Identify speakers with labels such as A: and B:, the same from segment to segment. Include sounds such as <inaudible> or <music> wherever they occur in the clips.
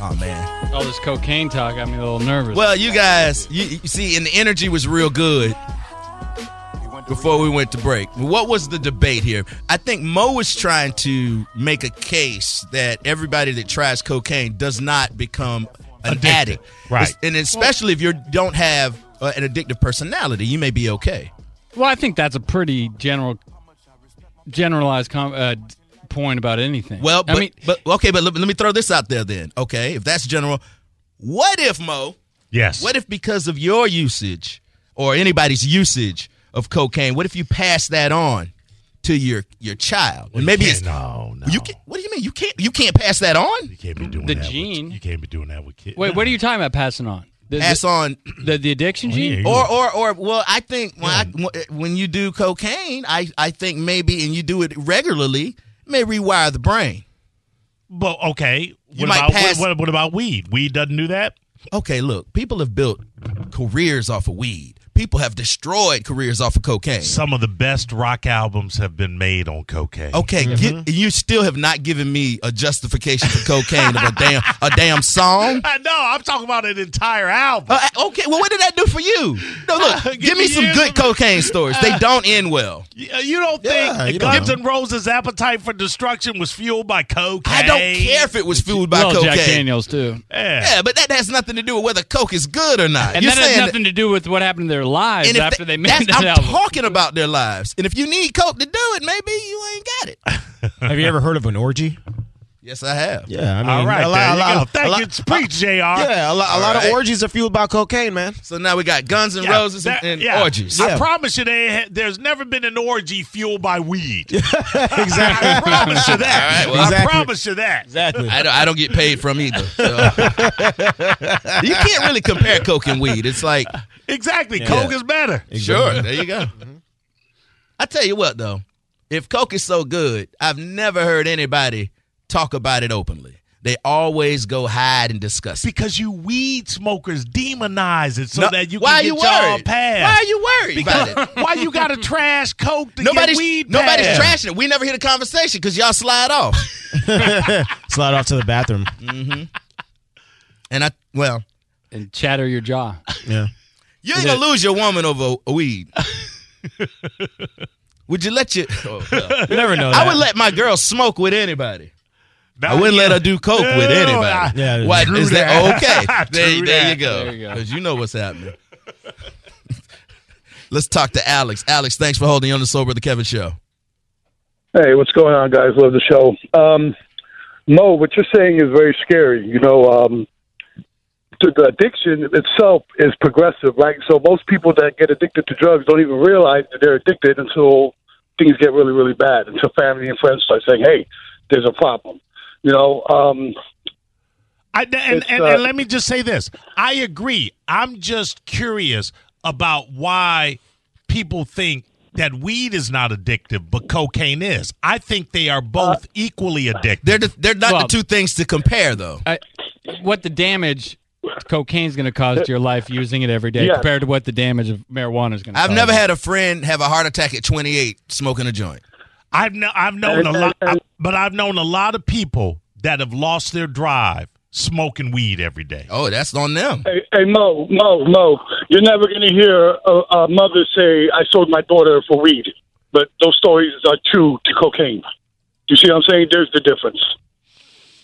A: Oh man.
B: All this cocaine talk got me a little nervous.
A: Well, you guys, you, you see, and the energy was real good before we went to break. What was the debate here? I think Mo was trying to make a case that everybody that tries cocaine does not become an
C: Addicted.
A: addict,
C: Right.
A: And especially if you don't have uh, an addictive personality, you may be okay.
B: Well, I think that's a pretty general, generalized com- uh, d- point about anything.
A: Well, but,
B: I mean,
A: but okay, but let, me- let me throw this out there then. Okay, if that's general, what if Mo?
C: Yes.
A: What if because of your usage or anybody's usage of cocaine, what if you pass that on to your your child? And maybe it's
C: no, no.
A: you can, What do you mean you can't? You can't pass that on?
C: You can't be doing
B: The
C: that with-
B: gene.
C: you can't be doing that with kids.
B: wait, what are you talking about passing on? The,
A: Pass
B: the,
A: on,
B: the, the addiction gene?
C: yeah.
A: or or or well, I think when I, when you do cocaine, I I think maybe and you do it regularly, it may rewire the brain.
C: But okay. What
A: You might
C: about
A: pass-
C: what, what, what about weed? Weed doesn't do that.
A: Okay, look, people have built careers off of weed. People have destroyed careers off of cocaine.
C: Some of the best rock albums have been made on cocaine.
A: Okay,
B: Mm-hmm.
A: get, you still have not given me a justification for cocaine of a damn a damn song.
C: I know. I'm talking about an entire album.
A: Uh, okay, well, what did that do for you? No,
B: <laughs>
A: look,
C: Give
A: give, me
C: me
A: some
C: you.
A: good cocaine stories. they
B: Uh,
A: don't end well.
C: Y- uh, you don't
A: Yeah,
C: think
A: you don't
C: Guns
A: know.
C: N' Roses' appetite for destruction was fueled by cocaine?
A: I don't care if it was fueled by
B: well,
A: cocaine.
B: Jack Daniels too.
C: Yeah.
A: Yeah, but that has nothing to do with whether Coke is good or not.
B: And
A: You're
B: that has
A: saying
B: nothing to do with what happened to their lives
A: and if
B: after
A: that-
B: they made
A: that's-
B: that
A: I'm
B: album.
A: talking about their lives. And if you need Coke to do it, maybe you ain't got it.
D: Have you ever heard of an orgy?
A: Yes, I have.
D: Yeah, I mean,
C: All right,
D: a lot,
C: there
D: a
C: you
D: lot
C: go.
D: of- a
C: Thank
D: lot-
C: you. Speak, Jr.
D: Yeah, a lot, a
A: All
D: lot
A: right.
D: of orgies are fueled by cocaine, man.
A: So now we got Guns and
C: Yeah,
A: Roses
C: that-
A: and, and
C: yeah.
A: orgies.
C: I
D: Yeah.
C: promise you, they ha- there's never been an orgy fueled
A: <laughs>
C: by weed.
D: exactly.
C: I promise you that.
A: All right, well-
C: I
D: Exactly.
C: promise you that.
D: Exactly.
A: I don't, I don't get paid from either. so. you can't really compare Coke and weed. It's like,
C: Exactly. Coke is better.
A: sure, there you go. Mm-hmm. I tell you what, though, if Coke is so good, I've never heard anybody talk about it openly. They always go hide and discuss it.
C: Because you weed smokers demonize it so
A: No,
C: that you
A: why
C: can
A: are you
C: get y'all
A: worried? Why
C: passed.
A: are you worried
C: <laughs>
A: about it?
C: Why you got to trash Coke to
A: Nobody's,
C: get weed
A: nobody's
C: passed?
A: trashing it. We never hear the conversation because y'all slide off.
D: Slide off to the bathroom.
A: And I, well,
B: and chatter your jaw.
D: Yeah.
A: you ain't gonna lose your woman over a
C: <laughs>
A: weed. Would you let your? oh, well.
D: You never know.
A: I would let my girl smoke with anybody.
C: Now
A: I wouldn't
C: you-
A: let her do coke with
C: No,
A: anybody.
C: I-
D: Yeah.
A: Why
C: True
A: is
C: that.
A: <laughs> that okay? there,
C: True
A: there
C: that.
A: you
B: There you
A: go.
B: go.
A: Because you, know what's happening. <laughs> Let's talk to Alex. Alex, thanks for holding on the sober the Kevin show.
E: Hey, what's going on, guys? Love the show. Um, Mo, what you're saying is very scary. You know, um, the the addiction itself is progressive, right? So most people that get addicted to drugs don't even realize that they're addicted until things get really, really bad, until family and friends start saying, hey, there's a problem. You know, um,
C: I, and, and,
E: It's,
C: and,
E: uh,
C: let me just say this. I agree. I'm just curious about why people think that weed is not addictive, but cocaine is. I think they are both
E: Uh,
C: equally addictive.
A: They're the, they're not
B: Well-
A: the two things to compare though.
B: I, what the damage cocaine's going to cause to your life using it every day
E: Yeah.
B: compared to what the damage of marijuana is going to
A: I've
B: cause.
A: never had a friend have a heart attack at 28 smoking a joint.
C: I've kno- I've known a
E: And-
C: lot,
E: and-
C: I- but I've known a lot of people that have lost their drive smoking weed every day.
A: Oh, that's on them.
E: Hey, hey Mo, Mo, Mo, you're never going to hear a, a mother say, I sold my daughter for weed. But those stories are true to cocaine. You see what I'm saying? There's the difference.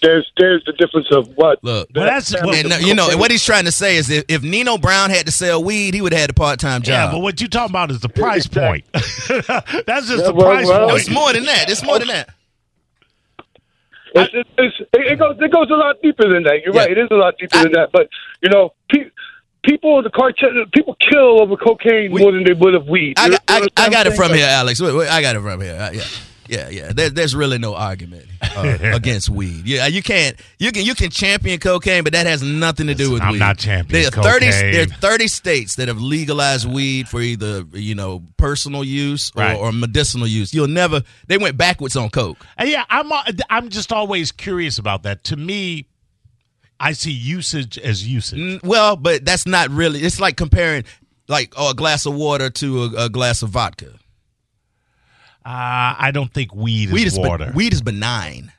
E: There's there's the difference of what.
A: Look.
C: Well, that's-
E: that-
C: well-
A: And uh, you know, and what he's trying to say is if, if Nino Brown had to sell weed, he would have had a part time
C: Yeah,
A: job.
C: but what you're talking about is the price point. <laughs> That's just
E: Yeah,
C: the
E: well,
C: price
E: well-
A: no,
C: point.
A: it's more than that. It's more than that.
E: It's, it's, it's, it, it goes, it goes a lot deeper than that. You're
A: Yeah.
E: right. It is a lot deeper than that. But you know, pe- people the cartel people kill over cocaine more than they would of weed.
A: I,
E: You
A: got- I,
E: understand
A: I
E: what
A: got
E: I'm
A: it from
E: saying?
A: here, Alex. Wait, wait, I got it from here. Uh, yeah, yeah, yeah. There, there's really no argument
C: <laughs>
A: uh, against weed. Yeah, you can't. You can. You can champion cocaine, but that has nothing to do with
C: I'm
A: weed.
C: not championing
A: There are thirty.
C: cocaine.
A: There are thirty states that have legalized weed for either you know personal use or,
C: Right.
A: or medicinal use. You'll never. They went backwards on coke.
C: Uh, Yeah, I'm uh, I'm just always curious about that. To me, I see usage as usage.
A: N- Well, but that's not really. It's like comparing like oh, a glass of water to a, a glass of vodka.
C: Uh, I don't think weed is
A: weed is ben-
C: water.
A: weed is benign.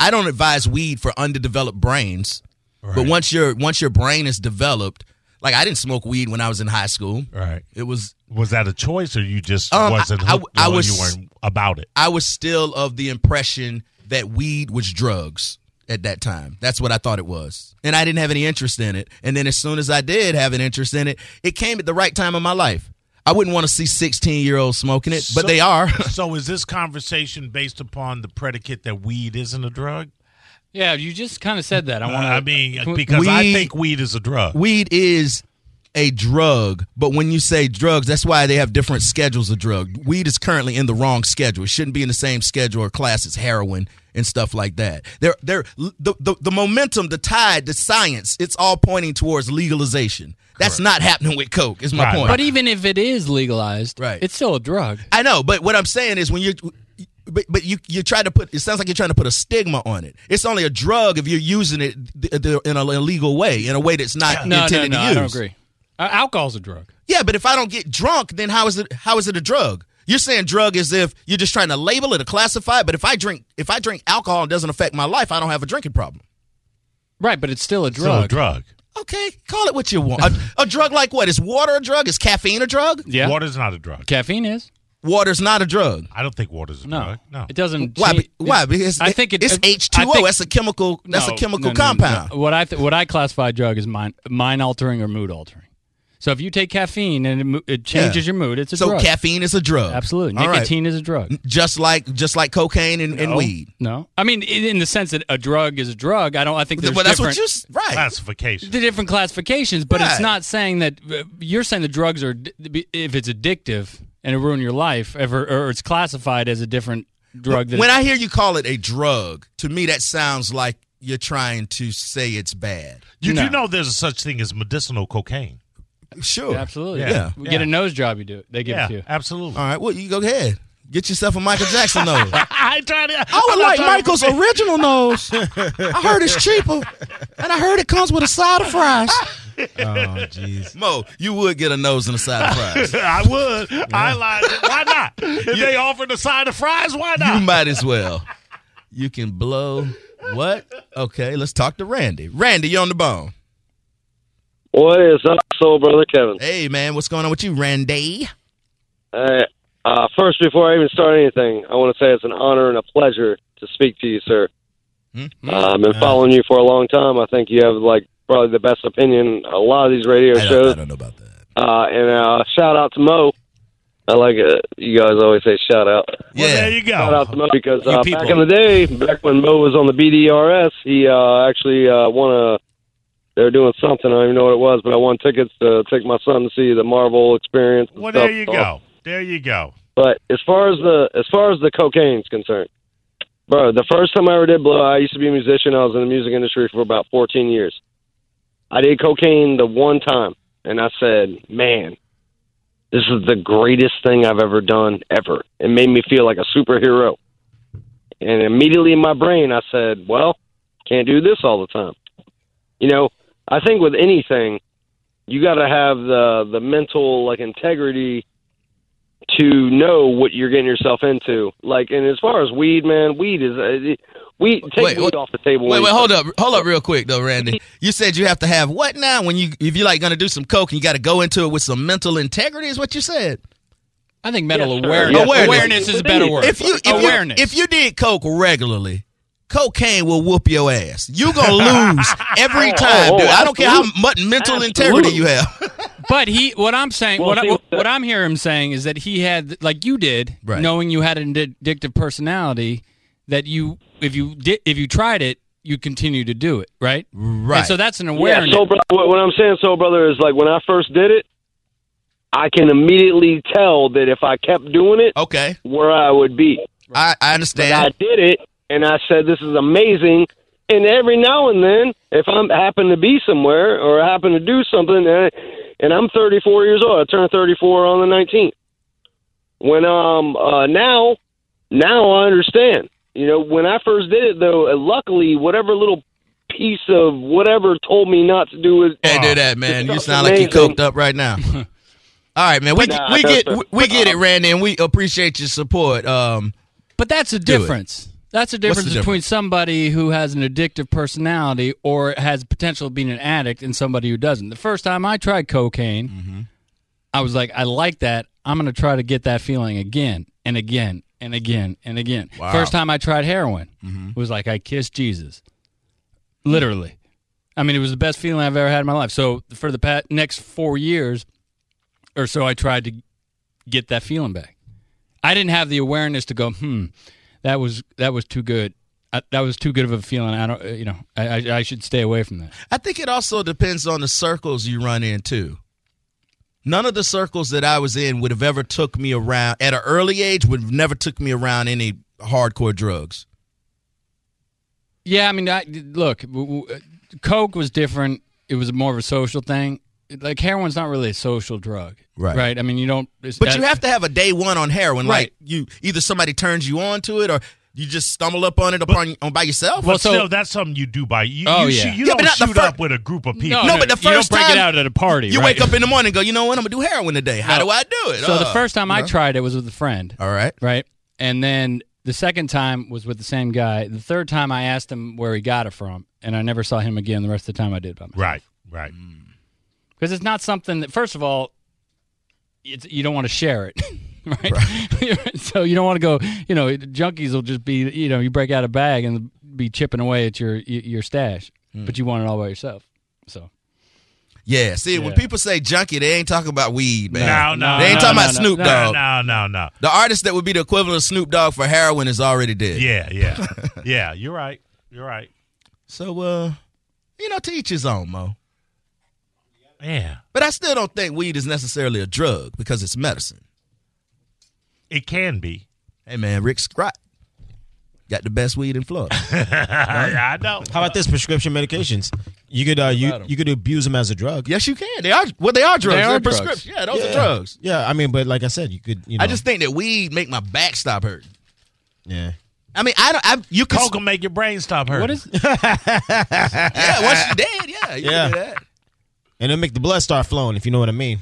A: I don't advise weed for underdeveloped brains. But once your once your brain is developed, like I didn't smoke weed when I was in high school.
C: Right.
A: It was
C: Was that a choice, or you just
A: Um,
C: wasn't?
A: I- I-
C: hooked
A: I
C: or You
A: was-
C: weren't
A: <laughs>
C: about it.
A: I was still of the impression that weed was drugs at that time. That's what I thought it was. And I didn't have any interest in it. And then as soon as I did have an interest in it, it came at the right time in my life. I wouldn't want to see 16 year olds smoking it, but
C: So-
A: they are. <laughs>
C: so is this conversation based upon the predicate that weed isn't a drug?
B: Yeah, you just kind of said that. I
C: Uh,
B: want to.
C: I mean, because I
A: Weed-
C: think weed is a drug.
A: weed is a drug, but when you say drugs, that's why they have different schedules of drug. Weed is currently in the wrong schedule. It shouldn't be in the same schedule or class as heroin and stuff like that. There, there, the, the, the momentum, the tide, the science, it's all pointing towards legalization. That's not happening with coke. Is my
C: Right.
A: point.
B: but even if it is legalized,
A: Right.
B: it's still a drug.
A: I know, but what I'm saying is when you but, but you you try to put it sounds like you're trying to put a stigma on it. It's only a drug if you're using it th- th- in an illegal way, in a way that's not
B: No, no,
A: intended
B: no.
A: to use.
B: I don't agree. Uh, alcohol's a drug.
A: Yeah, but if I don't get drunk, then how is it how is it a drug? You're saying drug as if you're just trying to label it or classify it, but if I drink if I drink alcohol and it doesn't affect my life, I don't have a drinking problem.
B: Right, but it's still a
C: Still
B: drug.
C: a drug.
A: Okay, call it what you want. A, a drug like what? Is water a drug? Is caffeine a drug?
B: Yeah.
C: Water's not a drug.
B: Caffeine is.
A: Water's not a drug.
C: I don't think water's a
B: No.
C: drug. No.
B: It doesn't.
A: Why?
B: change-
A: Be- Why? Because
B: I think it-
A: it's
B: I
A: H two O.
B: think-
A: That's a chemical. That's
B: No,
A: a chemical
B: no, no, no, no.
A: compound.
B: What I th- what I classify a drug is mind mind altering or mood altering. So if you take caffeine and it, mo- it changes your mood, it's a
A: so
B: drug.
A: caffeine is a drug.
B: Absolutely,
A: All right.
B: nicotine is a drug.
A: Just like just like cocaine and, and
B: No.
A: weed.
B: No, I mean i- in the sense that a drug is a drug. I don't. I think there's
A: well, that's
B: different,
A: what you s- right.
C: Classification.
B: the different classifications, but it's
A: Right.
B: not saying that uh, you're saying the drugs are if it's addictive and it ruin your life, if, or, or it's classified as a different drug. That
A: when I hear you call it a drug, to me that sounds like you're trying to say it's bad.
C: You
B: No.
C: do know there's such thing as medicinal cocaine.
A: Sure.
B: absolutely,
A: Yeah.
B: You get a nose job, you do it. They give it
C: Yeah,
B: to you. Uh.
C: absolutely.
A: All right. Well, you go ahead. Get yourself a Michael Jackson nose. <laughs>
C: I try to.
B: Oh.
A: I would
C: I'm not
A: like
C: trying to-
A: Michael's original nose. I heard it's cheaper, and I heard it comes with a side of fries.
D: Oh,
A: <laughs>
D: jeez.
A: Mo, you would get a nose and a side of fries.
C: <laughs> I would. I lied. Why
B: <laughs>
C: not? If they offered a side of fries, why
A: you
C: not?
A: might as well. You can blow what? Okay, let's talk to Randy. Randy, you on the bone.
F: What is up, Soul Brother Kevin?
A: Hey man, what's going on with you, Randy?
F: Uh, uh, first, before I even start anything, I want to say it's an honor and a pleasure to speak to you, sir.
A: Hmm?
F: Uh, I've
A: Uh-huh.
F: been following you for a long time. I think you have like probably the best opinion a lot of these radio
A: I don't, I
F: shows.
A: don't know about that.
F: Uh, and uh, shout out to Mo. I like it. You guys always say shout out.
C: Well, there
A: Yeah.
C: you go.
F: Shout out to Mo because
B: You
F: uh,
B: people.
F: back in the day, back when Mo was on the BDRS, he uh, actually uh, won a. They were doing something. I don't even know what it was, but I won tickets to take my son to see the Marvel experience. and
C: Well,
F: stuff.
C: there you
F: So,
C: go. There you go.
F: but as far as the as far as the cocaine's concerned, bro, the first time I ever did blow, I used to be a musician. I was in the music industry for about 14 years. I did cocaine the one time, and I said, "Man, this is the greatest thing I've ever done ever." It made me feel like a superhero. And immediately in my brain, I said, "Well, can't do this all the time." You know, I think with anything, you got to have the the mental like integrity to know what you're getting yourself into. Like, and as far as weed, man, weed is uh, weed. Take
A: Wait,
F: weed
A: what-
F: off the table.
A: Wait,
F: when
A: wait,
F: you-
A: hold up, hold up, real quick though, Randy. <laughs> You said you have to have what now? When you, if you're like going to do some coke, and you got to go into it with some mental integrity, is what you said.
B: I think mental
F: Yes, sir.
B: awareness.
A: Yes, sir.
B: awareness. is a better word.
A: If you, if
B: awareness.
A: you, if you did coke regularly, cocaine will whoop your ass. You gonna
F: <laughs>
A: lose every time,
F: oh,
A: dude. I don't care how
F: absolute-
A: much mental integrity you have. <laughs>
B: but he, what I'm saying,
F: Well,
B: what, I,
F: see,
B: what,
F: the-
B: I'm hearing him saying is that he had, like you did,
A: Right.
B: knowing you had an addi- addictive personality, that you, if you did, if you tried it, you'd continue to do it, right?
A: Right.
B: And so that's an
F: Yeah,
B: awareness.
F: soul brother. What what I'm saying, soul brother, is like when I first did it, I can immediately tell that if I kept doing it,
A: okay,
F: where I would be.
A: I, I
F: But
A: understand.
F: I did it, and I said, "This is amazing." And every now and then, if I'm happen to be somewhere or I happen to do something, and, and I'm 34 years old, I turned 34 on the 19th. When um uh, now, now I understand. You know, when I first did it, though, uh, luckily, whatever little piece of whatever told me not to do it.
A: Can't do that, man.
F: It's
A: You sound like you
F: amazing.
A: coked up right
F: <laughs>
A: now. All right, man. We
F: Nah,
A: we
F: that's
A: get
F: a-
A: we, we get it, Randy, and we appreciate your support. Um,
B: but that's a
A: it.
B: difference. That's the difference
A: difference?
B: between somebody who has an addictive personality or has potential of being an addict and somebody who doesn't. The first time I tried cocaine,
A: Mm-hmm.
B: I was like, I like that. I'm going to try to get that feeling again and again and again and again.
A: Wow. Mm-hmm.
B: First time I tried heroin, it was like I kissed Jesus. Literally. I mean, it was the best feeling I've ever had in my life. So for the pat- next four years or so, I tried to get that feeling back. I didn't have the awareness to go, hmm, that was that was too good. I, that was too good of a feeling. I don't, you know, I, I, I should stay away from that.
A: I think it also depends on the circles you run into. None of the circles that I was in would have ever took me around at an early age would have never took me around any hardcore drugs.
B: Yeah, I mean, I, look, w- w- coke was different. It was more of a social thing. Like heroin's not really a social drug,
A: Right.
B: Right. I mean, you don't. it's-
A: But
B: that-
A: you have to have a day one on heroin. Like
B: Right.
A: you either somebody turns you on to it or you just stumble up on it upon on by yourself.
B: Well,
C: But
B: so-
C: still, that's something you do by you.
B: Oh,
C: you,
B: yeah.
C: shoot- you
A: Yeah, but
C: don't
A: not the
C: shoot
A: fir-
C: up with a group of people.
B: No,
A: no, but the
B: you don't
A: first
B: break
A: time
B: it out at a party.
A: you
B: right?
A: wake up in the morning and go, you know what? I'm gonna do heroin today. How
B: No.
A: do I do it?
B: So the
A: Uh,
B: first time I
A: no.
B: tried it was with a friend.
A: All right.
B: right? And then the second time was with the same guy. The third time I asked him where he got it from, and I never saw him again. The rest of the time I did by myself
C: Right, right.
A: Mm.
B: because it's not something that. First of all, it's, you don't want to share it. <laughs> Right? <laughs> so you don't want to go. You know, junkies will just be. You know, you break out a bag and be chipping away at your your stash,
A: Hmm.
B: but you want it all by yourself. So
A: Yeah. See, when
B: Yeah.
A: people say junkie, they ain't talking about weed, man.
C: No, no,
A: They ain't
C: no,
A: talking
B: no,
A: about
B: no,
A: Snoop
B: no,
A: Dogg.
C: No, no, no.
A: The artist that would be the equivalent of Snoop Dogg for heroin is already dead.
C: Yeah,
A: <laughs>
C: yeah, yeah. You're right. You're right.
A: So, uh, you know, to each his own, Mo.
C: Yeah,
A: But I still don't think weed is necessarily a drug because it's medicine.
C: it can be.
A: Hey, man, Rick Scott got the best weed in Florida.
C: I, I know.
D: How about this prescription medications? You could uh, you you could abuse them as a drug.
A: yes, you can. They are well, they are drugs.
B: They are
A: They're
B: drugs.
A: prescription. Yeah, those are drugs.
D: Yeah, I mean, but like I said, you could. You know,
A: I just think that weed make my back stop hurting.
D: yeah.
A: I mean, I don't. I, you can.
C: Coke will make your brain stop hurting.
B: what is?
A: <laughs> Yeah, once you're dead, yeah, you
D: Yeah.
A: Can do that.
D: And it'll make the blood start flowing if you know what I mean.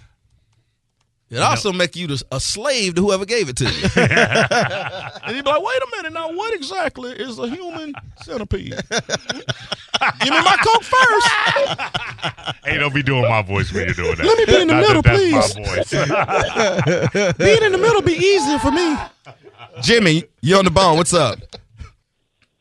A: It also make you the- a slave to whoever gave it to you. and you be like, wait a minute, now what exactly is a human centipede? Give me my coke first.
C: Hey, don't be doing my voice when you're doing that.
A: Let me be in the
C: Not
A: middle,
C: that that's My voice. <laughs>
A: Being in the middle be easier for me. Jimmy, you on the bone? What's up?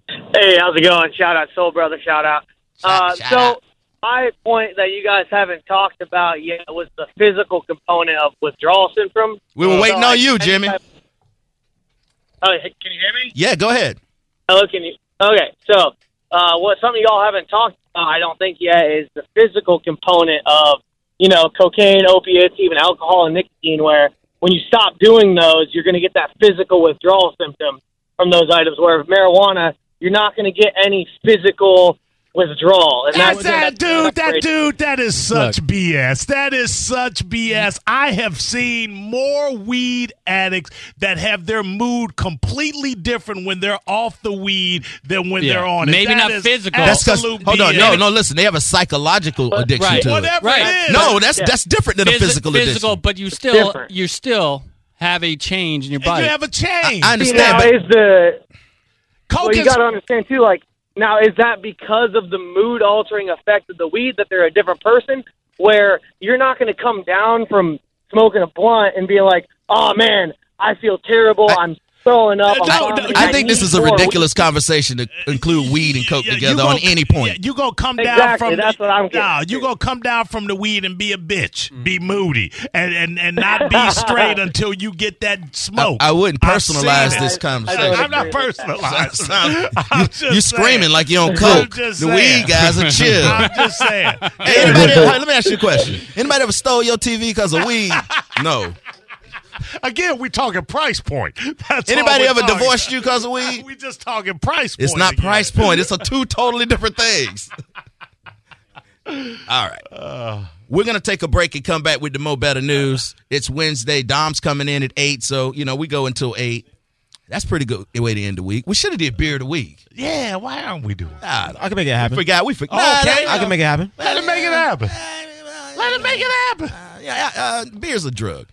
G: Hey, how's it going? Shout out, Soul Brother. Shout out.
A: Shout-
G: uh,
A: shout
G: so,
A: out.
G: my point that you guys haven't talked about yet was the physical component of withdrawal syndrome.
A: We were
G: So,
A: waiting
G: like,
A: on you,
G: any
A: Jimmy.
G: type- Oh, hey, can you hear me?
A: Yeah, go ahead.
G: Hello, can you? Okay, so uh, what some of y'all haven't talked about, I don't think yet, is the physical component of you know cocaine, opiates, even alcohol and nicotine. Where when you stop doing those, you're going to get that physical withdrawal symptom um, from those items. Where with marijuana, you're not going to get any physical withdrawal. And
C: That's
G: that's-
C: that dude. That
G: that's-
C: dude. That is such
B: Look.
C: BS. That is such BS. I have seen more weed addicts that have their mood completely different when they're off the weed than when
B: Yeah.
C: they're on it.
B: Maybe
C: That
B: not
C: is
B: physical.
A: That's because
C: absolute
A: hold on,
C: BS.
A: no, no. Listen, they have a psychological addiction
B: right.
A: to it.
C: Whatever
B: Right.
C: it is.
A: No, that's
G: Yeah.
A: that's different than a
B: Physi-
A: physical
B: physical,
A: addiction.
B: but you still
G: different.
B: you still have a change in your
C: And
B: body.
C: you have a change.
A: I
G: See,
A: understand,
G: now
A: but
G: is the
C: Coke
G: well, you
C: is-
G: got to understand too. Like now, is that because of the mood altering effect of the weed that they're a different person? Where you're not going to come down from smoking a blunt and be like, "Oh man, I feel terrible. I, am throwing up."
C: No,
G: I'm
C: no,
G: vomiting,
A: I think
G: need
A: this is a
G: more weed."
A: ridiculous conversation to include weed and coke
C: Yeah, you
A: together
C: gonna-
A: on any point.
C: yeah, you gonna come down
G: Exactly,
C: from
G: that's
C: the,
G: what I'm getting
C: Nah,
G: to.
C: you gonna come down from the weed and be a bitch,
A: Mm.
C: be moody, and and, and not be straight
G: <laughs>
C: until you get that smoke.
A: I wouldn't
C: I've
A: personalize
C: seen
A: this
C: it.
A: conversation.
C: I'm not
G: agree
A: <laughs>
G: with
C: personalizing.
A: Sound-
C: I'm just
A: You
C: saying.
A: screaming like you on
C: I'm
A: coke.
C: just
A: The
C: saying.
A: weed guys are chill.
C: <laughs> I'm just saying.
A: Hey, anybody, all right, let me ask you a question. Anybody ever stole your TV because of
C: <laughs>
A: weed? No.
C: Again, we're talking price point. That's all
A: Anybody
C: we're
A: ever
C: talking.
A: divorced you because of weed?
C: We just talking price point.
A: It's not
C: again.
A: price point. It's a two totally different things. All right. We're going to take a break and come back with the Mo Better News. It's Wednesday. Dom's coming in at 8, so, you know, we go until 8. That's pretty good way to end the week. We should have did beer of the week.
C: Yeah, why aren't we doing? That?
A: Nah,
D: I can make it happen. Oh,
A: forgot. We forgot.
C: Okay.
A: Nah,
D: I can make it happen.
C: Let it make it happen.
A: nah, nah.
C: Let it make it happen.
A: Uh, yeah, uh, beer's a drug.